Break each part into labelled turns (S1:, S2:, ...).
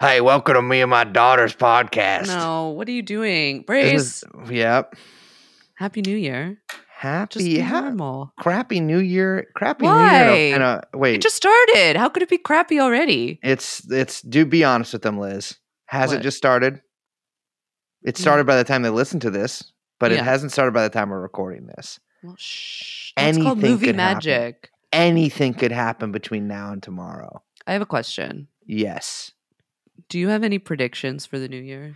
S1: Hey, welcome to me and my daughter's podcast.
S2: No, what are you doing? Brace.
S1: This is- yep.
S2: Happy New Year. Just
S1: Happy,
S2: be
S1: ha-
S2: normal.
S1: crappy New Year. Crappy New Year. And a, wait,
S2: It just started. How could it be crappy already?
S1: it's it's. Do be honest with them, Liz. Has it
S2: What?
S1: just started? It
S2: Yeah.
S1: started by the time they listen to this, but it
S2: Yeah.
S1: hasn't started by the time we're recording this.
S2: Well, shh. It's called
S1: Anything
S2: movie
S1: could happen.
S2: magic.
S1: Anything could happen between now and tomorrow.
S2: I have a question.
S1: Yes.
S2: Do you have any predictions for the new year?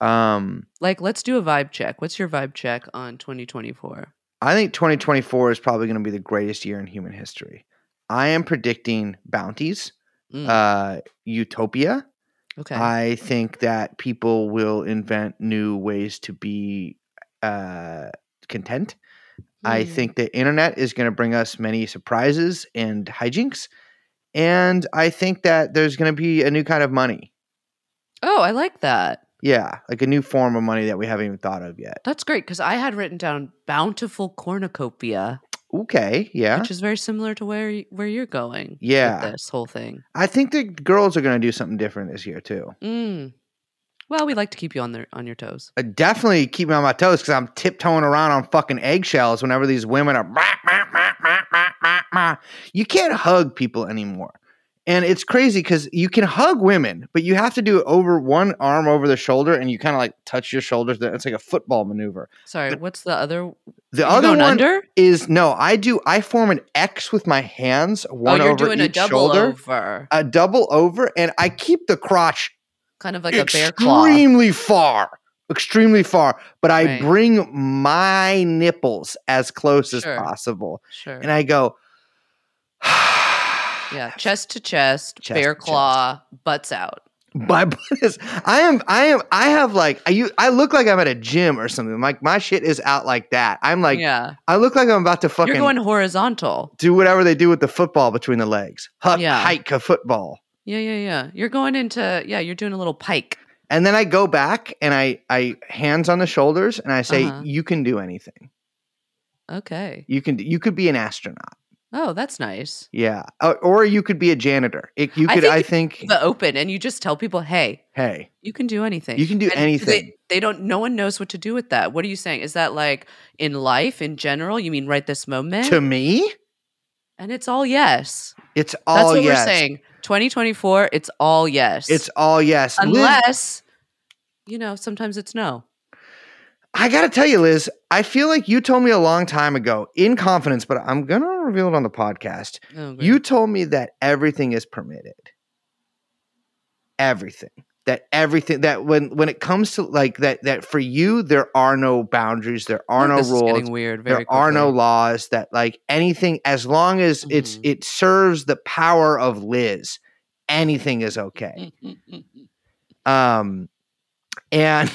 S1: Um.
S2: Like, let's do a vibe check. What's your vibe check on 2024?
S1: I think 2024 is probably going to be the greatest year in human history. I am predicting bounties,
S2: Mm,
S1: uh, utopia.
S2: okay.
S1: I think that people will invent new ways to be uh, content. I
S2: Mm.
S1: think the internet is going to bring us many surprises and hijinks. And I think that there's going to be a new kind of money.
S2: Oh, I like that.
S1: Yeah, like a new form of money that we haven't even thought of yet.
S2: That's great because I had written down bountiful cornucopia,
S1: Okay, yeah.
S2: which is very similar to where y- where you're going. with
S1: Yeah.
S2: this whole thing.
S1: I think the girls are going to do something different this year, too.
S2: Mm. Well, we like to keep you on their on your toes.
S1: I Uh, definitely keep me on my toes because I'm tiptoeing around on fucking eggshells whenever these women are. "Bah, bah, bah, bah, bah, bah, bah." You can't hug people anymore. And it's crazy because you can hug women, but you have to do it over one arm over the shoulder and you kind of like touch your shoulders. It's like a football maneuver.
S2: Sorry,
S1: But-
S2: what's the other?
S1: The
S2: you
S1: other
S2: going
S1: one
S2: under? Oh,
S1: is no, I do, I form an X with my hands,
S2: Oh,
S1: one
S2: you're
S1: over
S2: doing a
S1: each
S2: double
S1: shoulder,
S2: over,
S1: a double over, and I keep the crotch
S2: kind of like a bear claw.
S1: extremely far, extremely far. But I
S2: Right.
S1: bring my nipples as close as
S2: Sure.
S1: possible,
S2: Sure.
S1: and I go,
S2: yeah, chest to chest,
S1: Chest
S2: bear
S1: to chest.
S2: claw, butts out.
S1: My butt is. I am. I am. I have like. I you. I look like I'm at a gym or something. Like my shit is out like that. I'm like.
S2: yeah,
S1: I look like I'm about to fucking
S2: you're going horizontal.
S1: do whatever they do with the football between the legs. Huck,
S2: Yeah.
S1: hike a football.
S2: Yeah, yeah, yeah. You're going into yeah. You're doing a little pike.
S1: And then I go back and I, I hands on the shoulders and I say,
S2: Uh-huh.
S1: "You can do anything.
S2: Okay.
S1: You can. You could be an astronaut."
S2: Oh, that's nice.
S1: Yeah, or, or you could be a janitor. It, you
S2: I
S1: could,
S2: think
S1: I
S2: it's
S1: think.
S2: The open, and you just tell people, hey,
S1: hey,
S2: you can do anything.
S1: You can do
S2: And
S1: anything.
S2: They, they don't. No one knows what to do with that. What are you saying? Is that like in life in general? You mean right this moment?
S1: to me,
S2: and it's all yes.
S1: it's
S2: That's
S1: all
S2: what
S1: yes.
S2: we're saying. 2024. It's all yes.
S1: It's all yes. Liz-
S2: unless you know. Sometimes it's no.
S1: I gotta tell you, Liz. I feel like you told me a long time ago in confidence, but I'm gonna reveal it on the podcast.
S2: Oh,
S1: You
S2: great.
S1: told me that everything is permitted. Everything. That everything that when when it comes to like that that for you there are no boundaries, there
S2: I
S1: are
S2: think
S1: no
S2: this is
S1: rules.
S2: getting weird.
S1: there
S2: Very
S1: are no
S2: quickly.
S1: laws that like anything as long as it's
S2: Mhm.
S1: it serves the power of liz anything is
S2: Mm,
S1: okay um and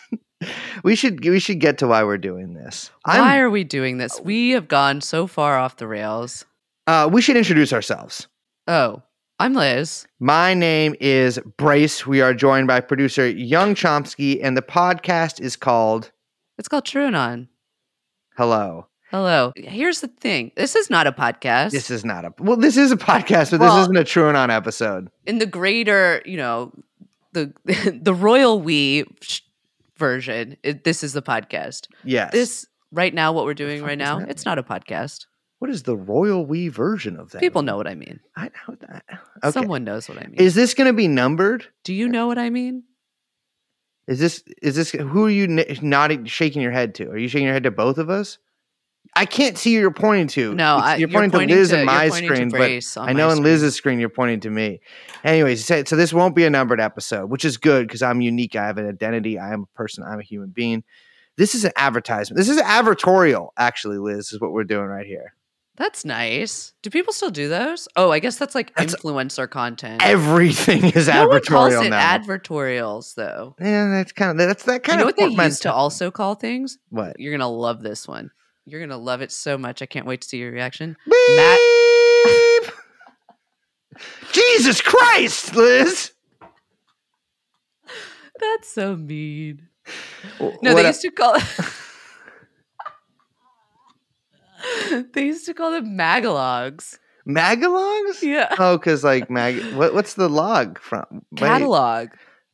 S1: we should we should get to why we're doing this
S2: Why
S1: i'm
S2: are we doing this? We have gone so far off the rails.
S1: uh we should introduce ourselves
S2: Oh, I'm Liz.
S1: my name is brace we are joined by producer young chomsky and the podcast is called
S2: It's called Truanon.
S1: hello
S2: Hello. Here's the thing. This is not a podcast.
S1: this is not a well this is a podcast but
S2: Well-
S1: this isn't a true and on episode
S2: in the greater, you know, the the royal we sh- version. It, this is the podcast.
S1: yes
S2: This right now, what we're doing
S1: fuck
S2: right
S1: does
S2: now,
S1: that
S2: it's not a podcast.
S1: what is the royal we version of that
S2: People know what I mean.
S1: I know that. Okay.
S2: Someone knows what I mean.
S1: Is this going to be numbered?
S2: Do you know what I mean?
S1: Is this is this who are you n- nodding shaking your head to? Are you shaking your head to both of us? I can't see who you're pointing to.
S2: No,
S1: It's-
S2: I,
S1: you're pointing to Liz in
S2: you're
S1: my
S2: pointing to
S1: screen, but
S2: Brace on
S1: I
S2: my
S1: know in
S2: screen.
S1: Liz's screen you're pointing to me. Anyways, so, so this won't be a numbered episode, which is good because I'm unique. I have an identity. I am a person. I'm a human being. This is an advertisement. This is advertorial, actually, Liz, is what we're doing right here.
S2: That's nice. Do people still do those? Oh, I guess that's like
S1: That's-
S2: influencer content.
S1: Everything is
S2: no one calls
S1: advertorial
S2: it
S1: now.
S2: advertorials, though.
S1: yeah, that's kind of that's that
S2: You
S1: kind
S2: know
S1: of
S2: what they used to
S1: portmanteau.
S2: also call things?
S1: what
S2: You're gonna love this one. You're gonna love it so much. I can't wait to see your reaction. Matt-
S1: Beep. Jesus Christ, Liz.
S2: That's so mean.
S1: W-
S2: No,
S1: what
S2: they
S1: a-
S2: used to call. they used to call them magalogs.
S1: Magalongs?
S2: Yeah.
S1: Oh, because like mag. What, what's the log from? Wait.
S2: Catalog.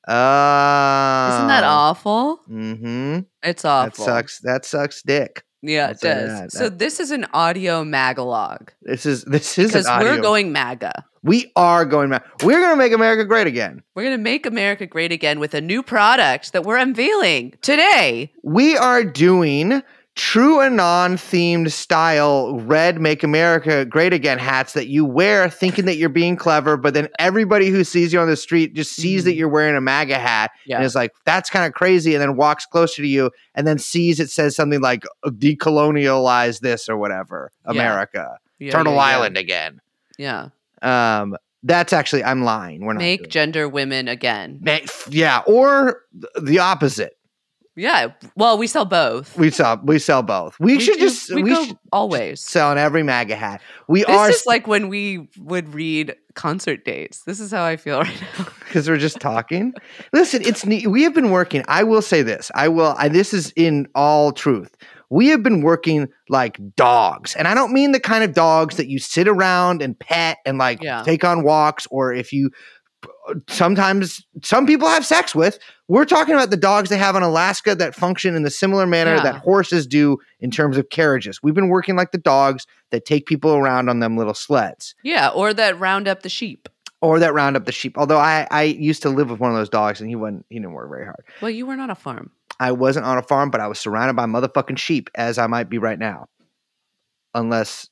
S1: Oh.
S2: Isn't that awful?
S1: Mm-hmm.
S2: Um, It's awful.
S1: That sucks. That sucks, dick.
S2: Yeah,
S1: I'll
S2: it
S1: say
S2: does.
S1: that.
S2: So this is an audio magalog
S1: This is this is an
S2: because we're
S1: audio-
S2: going MAGA.
S1: We are going. Ma- we're gonna make America great again.
S2: We're going to make America great again with a new product that we're unveiling today.
S1: We are doing true anon themed style red make america great again hats that you wear thinking that you're being clever but then everybody who sees you on the street just sees that
S2: Mhm.
S1: you're wearing a maga hat and
S2: Yeah.
S1: is like, that's kind of crazy, and then walks closer to you and then sees it says something like "Uh, decolonialize this or whatever.
S2: Yeah.
S1: America.
S2: Yeah,
S1: Turtle
S2: yeah, yeah.
S1: Island again.
S2: Yeah.
S1: Um that's actually I'm lying. We're not
S2: Make
S1: doing-
S2: gender women again.
S1: Ma- f- yeah, or th- the opposite.
S2: Yeah. Well, we sell both.
S1: We sell we sell both. We, should
S2: do-
S1: just
S2: we,
S1: we,
S2: go
S1: should
S2: always.
S1: sell in every MAGA hat. We
S2: this
S1: are
S2: is like when we would read concert dates. This is how I feel right now.
S1: because we're just talking. Listen, it's neat. We have been working. I will say this. I will. I, this is in all truth. We have been working like dogs, and I don't mean the kind of dogs that you sit around and pet and like
S2: Yeah.
S1: take on walks, or if you sometimes some people have sex with. We're talking about the dogs they have in Alaska that function in the similar manner
S2: Yeah.
S1: that horses do in terms of carriages. We've been working like the dogs that take people around on them little sleds
S2: Yeah, or that round up the sheep.
S1: or that round up the sheep. Although I, I used to live with one of those dogs and he wasn't he didn't work very hard.
S2: Well, you weren't on a farm.
S1: I wasn't on a farm, but I was surrounded by motherfucking sheep as I might be right now. Unless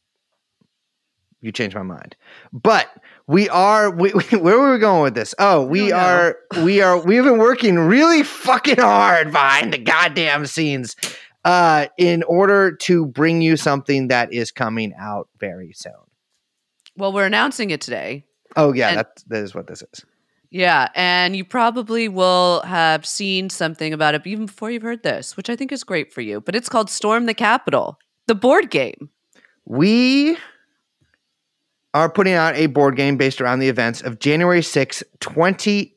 S1: you change my mind. But we are we, we- where were we going with this? Oh, we
S2: don't know.
S1: are we are we've been working really fucking hard behind the goddamn scenes uh in order to bring you something that is coming out very soon.
S2: Well, we're announcing it today.
S1: Oh yeah,
S2: And-
S1: that's that is what this is.
S2: Yeah, and you probably will have seen something about it even before you've heard this, which I think is great for you. But it's called Storm the Capitol, the board game.
S1: We are putting out a board game based around the events of January sixth,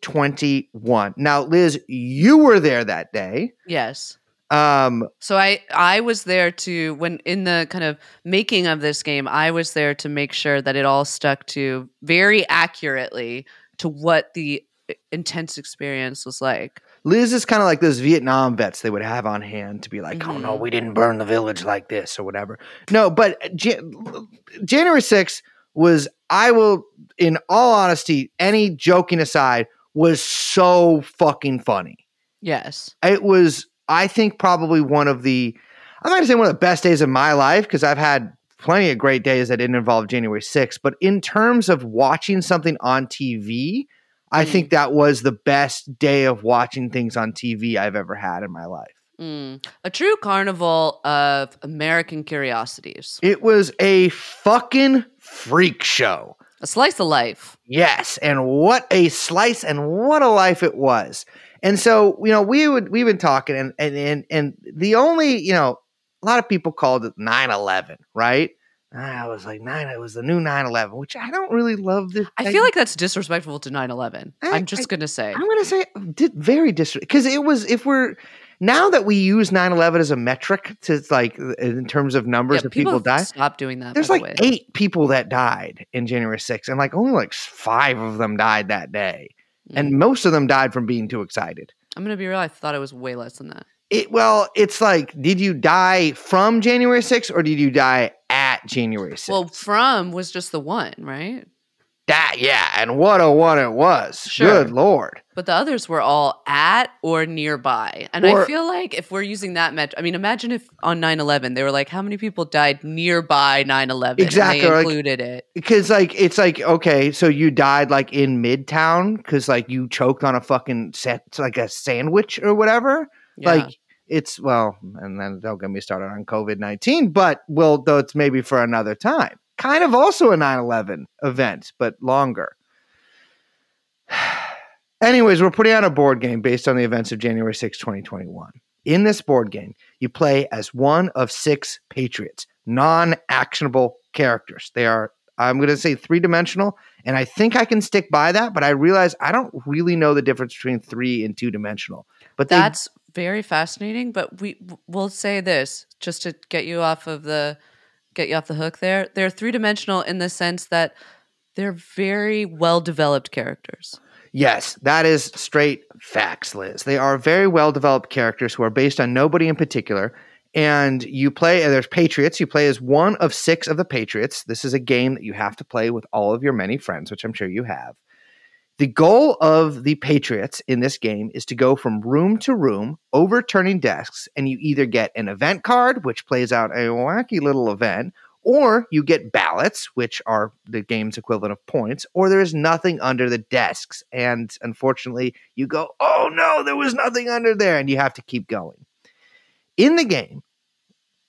S1: 2021. Now, Liz, you were there that day.
S2: Yes.
S1: Um,
S2: So I I was there to when in the kind of making of this game, I was there to make sure that it all stuck to very accurately to what the uh, intense experience was like.
S1: Liz is kind of like those Vietnam vets they would have on hand to be like, oh no,
S2: Mhm.
S1: we didn't burn the village like this or whatever. No, but Ja- January 6th was, I will, in all honesty, any joking aside, was so fucking funny.
S2: Yes.
S1: it was i think probably one of the i'm not going to say one of the best days of my life because i've had plenty of great days that didn't involve january 6th but in terms of watching something on tv i
S2: Mm.
S1: think that was the best day of watching things on tv i've ever had in my life
S2: Mm. A true carnival of American curiosities.
S1: it was a fucking freak show
S2: A slice of life.
S1: Yes, and what a slice and what a life it was. And so, you know, we would we've been talking and and and, and the only, you know, a lot of people called it 9/11, right? And I was like 9 it was the new 9/11, which I don't really love this
S2: I feel like that's disrespectful to 9/11.
S1: I-
S2: I'm
S1: I-
S2: just going to say.
S1: I'm going to say did very disrespectful because it was if we're now that we use 9/11 as a metric to like in terms of numbers
S2: Yeah,
S1: of people, die,
S2: Stop doing that.
S1: there's
S2: by
S1: like
S2: the way.
S1: eight people that died in January 6th, and like only like s- five of them died that day,
S2: Mm-hmm.
S1: and most of them died from being too excited.
S2: Mm. I'm gonna be real. I thought it was way less than that.
S1: It well, it's like, did you die from January 6th or did you die at January 6th?
S2: Well, from was just the one, right?
S1: that yeah, and what a one it was.
S2: Sure.
S1: Good lord.
S2: But the others were all at or nearby. And
S1: Or-
S2: I feel like if we're using that metric, I mean, imagine if on 9/11 they were like, how many people died nearby 9/11?
S1: Exactly,
S2: And
S1: or
S2: they
S1: like-
S2: included it.
S1: Because like it's like okay, so you died like in Midtown because like you choked on a fucking set like a sandwich or whatever.
S2: Yeah.
S1: Like it's well, and then don't get me started on COVID nineteen, but well, though it's maybe for another time. Kind of also a 9-11 event, but longer. Anyways, we're putting out a board game based on the events of January 6, 2021. In this board game, you play as one of six patriots, non-actionable characters. They are, I'm gonna say three-dimensional, and I think I can stick by that, but I realize I don't really know the difference between three and two-dimensional. But they
S2: That's very fascinating. But we w- will say this just to get you off of the get you off the hook there. They're three dimensional in the sense that they're very well developed characters.
S1: Yes, that is straight facts, Liz. They are very well developed characters who are based on nobody in particular. And you play, and there's Patriots. You play as one of six of the Patriots. This is a game that you have to play with all of your many friends, which I'm sure you have. The goal of the Patriots in this game is to go from room to room, overturning desks, and you either get an event card, which plays out a wacky little event, or you get ballots, which are the game's equivalent of points, or there is nothing under the desks. And unfortunately, you go, oh no, there was nothing under there, and you have to keep going. In the game,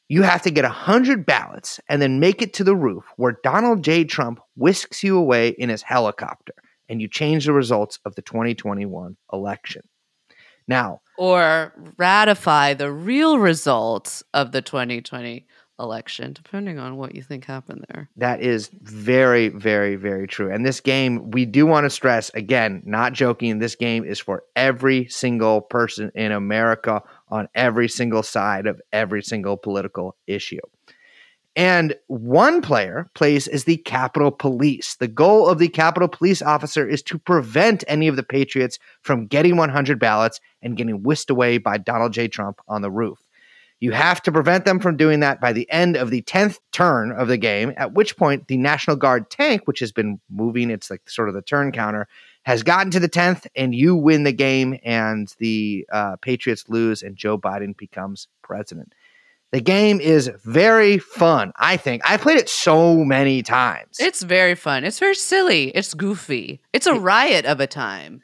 S1: you have to get 100 ballots and then make it to the roof where Donald J. Trump whisks you away in his helicopter, and you change the results of the 2021 election. Now,
S2: Or ratify the real results of the 2020 election, depending on what you think happened there.
S1: That is very, very, very true. And this game, we do want to stress again, not joking, this game is for every single person in America on every single side of every single political issue. And one player plays as the Capitol Police. The goal of the Capitol Police officer is to prevent any of the Patriots from getting 100 ballots and getting whisked away by Donald J. Trump on the roof. You have to prevent them from doing that by the end of the 10th turn of the game, at which point the National Guard tank, which has been moving, it's like sort of the turn counter, has gotten to the 10th, and you win the game, and the uh, Patriots lose, and Joe Biden becomes president. The game is very fun, I think. I played it so many times.
S2: It's very fun. It's very silly. It's goofy. It's a riot of a time.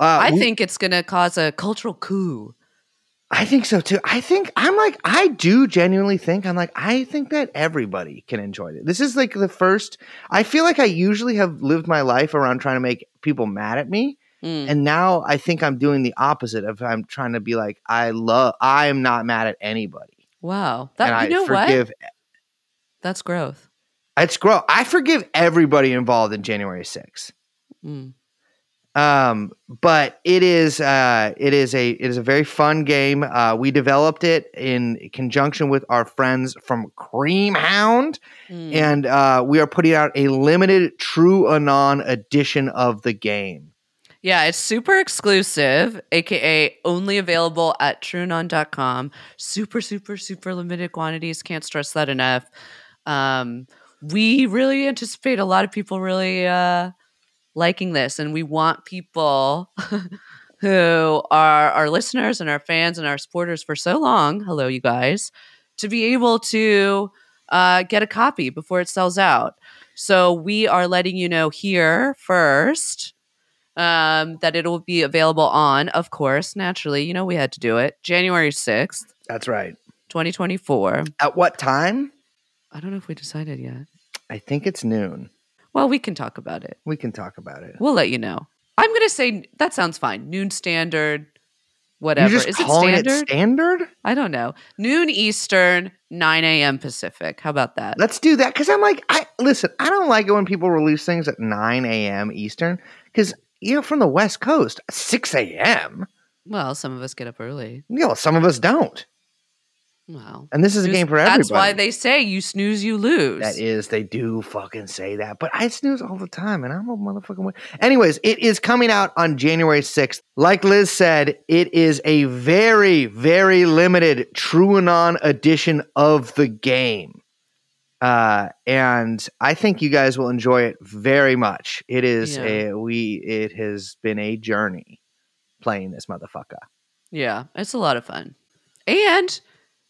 S1: Uh,
S2: I
S1: we-
S2: think it's going to cause a cultural coup.
S1: I think so too. I think I'm like I do genuinely think I'm like I think that everybody can enjoy it. This is like the first. I feel like I usually have lived my life around trying to make people mad at me,
S2: Mm.
S1: and now I think I'm doing the opposite of I'm trying to be like I love. I am not mad at anybody,
S2: Wow. That,
S1: and
S2: you know
S1: I
S2: what?
S1: forgive.
S2: That's growth.
S1: It's grow. I forgive everybody involved in January 6th.
S2: Mm.
S1: um but it is uh it is a it is a very fun game uh we developed it in conjunction with our friends from cream hound
S2: Mm.
S1: and uh we are putting out a limited true anon edition of the game
S2: Yeah, it's super exclusive, aka only available at trunon.com. Super, super, super limited quantities. Can't stress that enough. Um, we really anticipate a lot of people really uh, liking this, and we want people who are our listeners and our fans and our supporters for so long. Hello, you guys, to be able to uh, get a copy before it sells out. So we are letting you know here first um, that it'll be available on, of course, naturally. You know, we had to do it January 6th,
S1: that's right
S2: 2024.
S1: at what time
S2: I don't know if we decided yet.
S1: i think it's noon
S2: Well, we can talk about it.
S1: we can talk about it
S2: We'll let you know. I'm going to say that sounds fine. Noon standard, whatever.
S1: you're just
S2: Is it
S1: calling
S2: standard?
S1: it standard
S2: I don't know. Noon Eastern, 9 a.m. Pacific. How about that?
S1: Let's do that because I'm like, I listen. I don't like it when people release things at 9 a.m. Eastern because you're from the West Coast, 6 a.m.
S2: Well, some of us get up early.
S1: You know, some of us don't,
S2: Well,
S1: and this is a
S2: snooze-
S1: game for everybody.
S2: That's why they say you snooze, you lose.
S1: That is, they do fucking say that, but I snooze all the time, and I'm a motherfucking. win- Anyways, it is coming out on January 6th. Like Liz said, it is a very, very limited True Anon edition of the game, uh, and I think you guys will enjoy it very much. It is
S2: Yeah.
S1: a we. It has been a journey playing this motherfucker.
S2: Yeah, it's a lot of fun. And,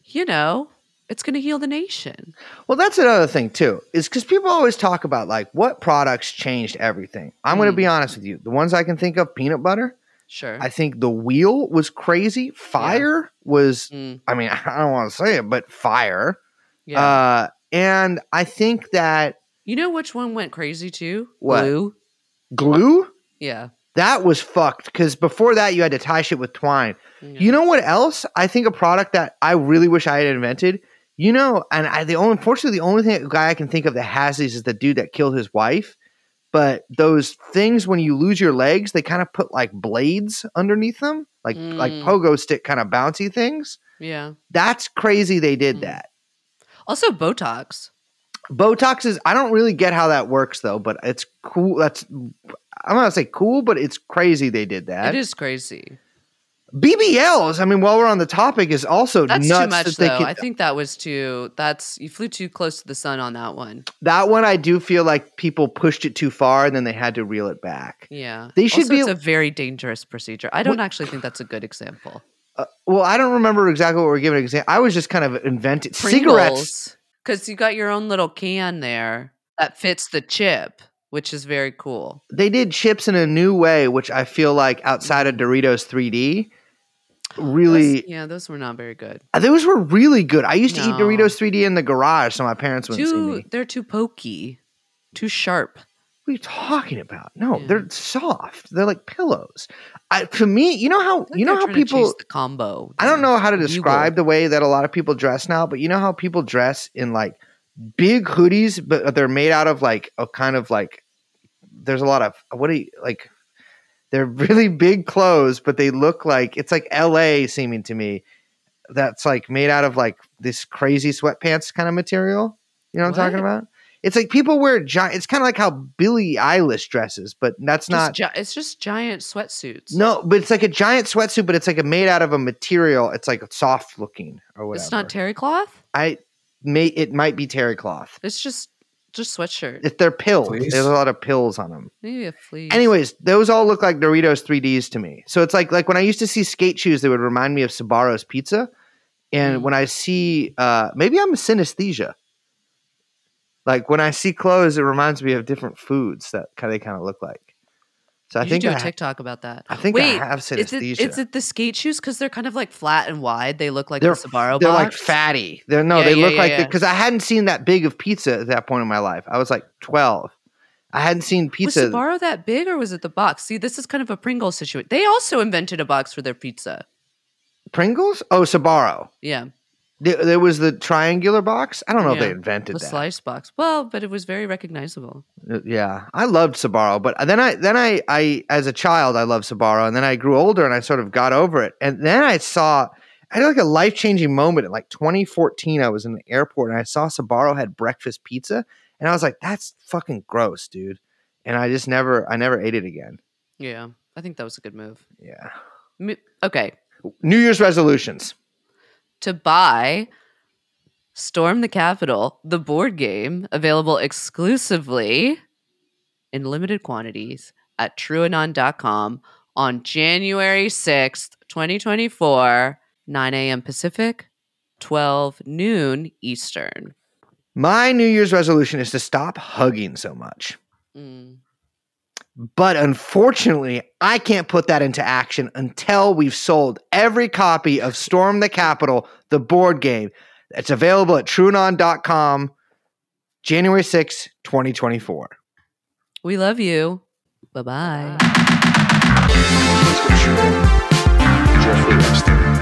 S2: you know, it's going to heal the nation.
S1: Well, that's another thing too, is because people always talk about like what products changed everything. I'm going to
S2: Mm.
S1: be honest with you. The ones I can think of, peanut butter.
S2: Sure.
S1: I think the wheel was crazy. Fire was.
S2: Mm,
S1: I mean, I don't want to say it, but fire.
S2: yeah.
S1: Uh, and I think that
S2: you know which one went crazy too?
S1: What?
S2: Glue.
S1: glue
S2: Yeah.
S1: that was fucked because before that you had to tie shit with twine.
S2: Yeah.
S1: You know what else? I think a product that I really wish I had invented. You know, and I the only unfortunately the only thing guy I can think of that has these is the dude that killed his wife. But those things when you lose your legs, they kind of put like blades underneath them, like like
S2: Mm.
S1: pogo stick kind of bouncy things.
S2: yeah.
S1: That's crazy they did
S2: Mm.
S1: that.
S2: Also, Botox.
S1: Botox is I don't really get how that works though, but it's cool. That's I'm not gonna say cool, but it's crazy they did that.
S2: it is crazy.
S1: BBLs. I mean, while we're on the topic, is also
S2: That's
S1: nuts
S2: too much
S1: that they
S2: though.
S1: could-
S2: I think that was too. That's you flew too close to the sun on that one.
S1: that one I do feel like people pushed it too far and then they had to reel it back.
S2: Yeah,
S1: They should
S2: Also,
S1: be-
S2: It's a very dangerous procedure. I don't actually think that's a good example.
S1: Uh, well, I don't remember exactly what we are giving an example. I was just kind of invented cigarettes.
S2: because you got your own little can there that fits the chip, which is very cool.
S1: They did chips in a new way, which I feel like outside of Doritos 3D, really. uh,
S2: Those- yeah, those were not very good.
S1: Those were really good. I used to eat
S2: No.
S1: Doritos 3D in the garage, so my parents wouldn't see
S2: Too,
S1: me.
S2: they're too pokey, too sharp.
S1: What are you talking about? No,
S2: Yeah.
S1: they're soft. They're like pillows. I, to me, you know how
S2: Like
S1: you know
S2: they're
S1: how
S2: trying to
S1: people.
S2: chase the combo.
S1: I don't know how to
S2: Bugle.
S1: describe the way that a lot of people dress now, but you know how people dress in like big hoodies, but they're made out of like a kind of like there's a lot of what do you like they're really big clothes, but they look like it's like LA seeming to me. That's like made out of like this crazy sweatpants kind of material. You know what, I'm talking
S2: What?
S1: about? It's like people wear giant. It's kind of like how Billie Eilish dresses, but that's
S2: Just
S1: not
S2: gi- it's just giant sweatsuits.
S1: no, but it's like a giant sweatsuit, but it's like a made out of a material. It's like soft looking or whatever.
S2: it's not terry cloth.
S1: I may it might be terry cloth.
S2: It's just just sweatshirt.
S1: If they're pills,
S3: Fleece?
S1: there's a lot of pills on them.
S2: Maybe a fleece.
S1: Anyways, those all look like Doritos 3Ds to me. So it's like like when I used to see skate shoes, they would remind me of Sabaro's pizza. And
S2: Mm.
S1: when I see uh maybe I'm a synesthesia. Like when I see clothes, it reminds me of different foods that kind of they kind of look like. So I
S2: you should
S1: think
S2: do
S1: I,
S2: a
S1: ha-
S2: TikTok about that.
S1: I think
S2: Wait,
S1: I have
S2: Is
S1: synesthesia.
S2: it, is it the skate shoes? Because they're kind of like flat and wide. They look like
S1: They're-
S2: the Sbarro
S1: They're like
S2: box.
S1: fatty. They're no,
S2: Yeah,
S1: they
S2: yeah,
S1: look
S2: yeah,
S1: like
S2: yeah.
S1: because I hadn't seen that big of pizza at that point in my life. I was like twelve. I hadn't seen pizza.
S2: Was Sbarro that big or was it the box? See, this is kind of a Pringles situation. They also invented a box for their pizza.
S1: Pringles? Oh, Sabaro.
S2: Yeah,
S1: There, there was the triangular box. I don't know if
S2: Yeah.
S1: they invented
S2: the
S1: that.
S2: slice box. Well, but it was very recognizable.
S1: Uh, Yeah, I loved Sabaro, but then I then I I as a child I loved Sabaro, and then I grew older and I sort of got over it, and then I saw. I had like a life changing moment in like 2014. I was in the airport and I saw Sabaro had breakfast pizza, and I was like, "That's fucking gross, dude." And I just never, I never ate it again.
S2: Yeah, I think that was a good move.
S1: Yeah.
S2: M- Okay,
S1: New Year's resolutions.
S2: to buy Storm the Capitol, the board game available exclusively in limited quantities at truanon.com on January 6th, 2024, 9 a.m. Pacific, 12 noon Eastern.
S1: My New Year's resolution is to stop hugging so much. But unfortunately, I can't put that into action until we've sold every copy of Storm the Capitol, the board game. It's available at trunon.com January 6, 2024.
S2: We love you. Bye bye.
S3: Jeffrey Epstein.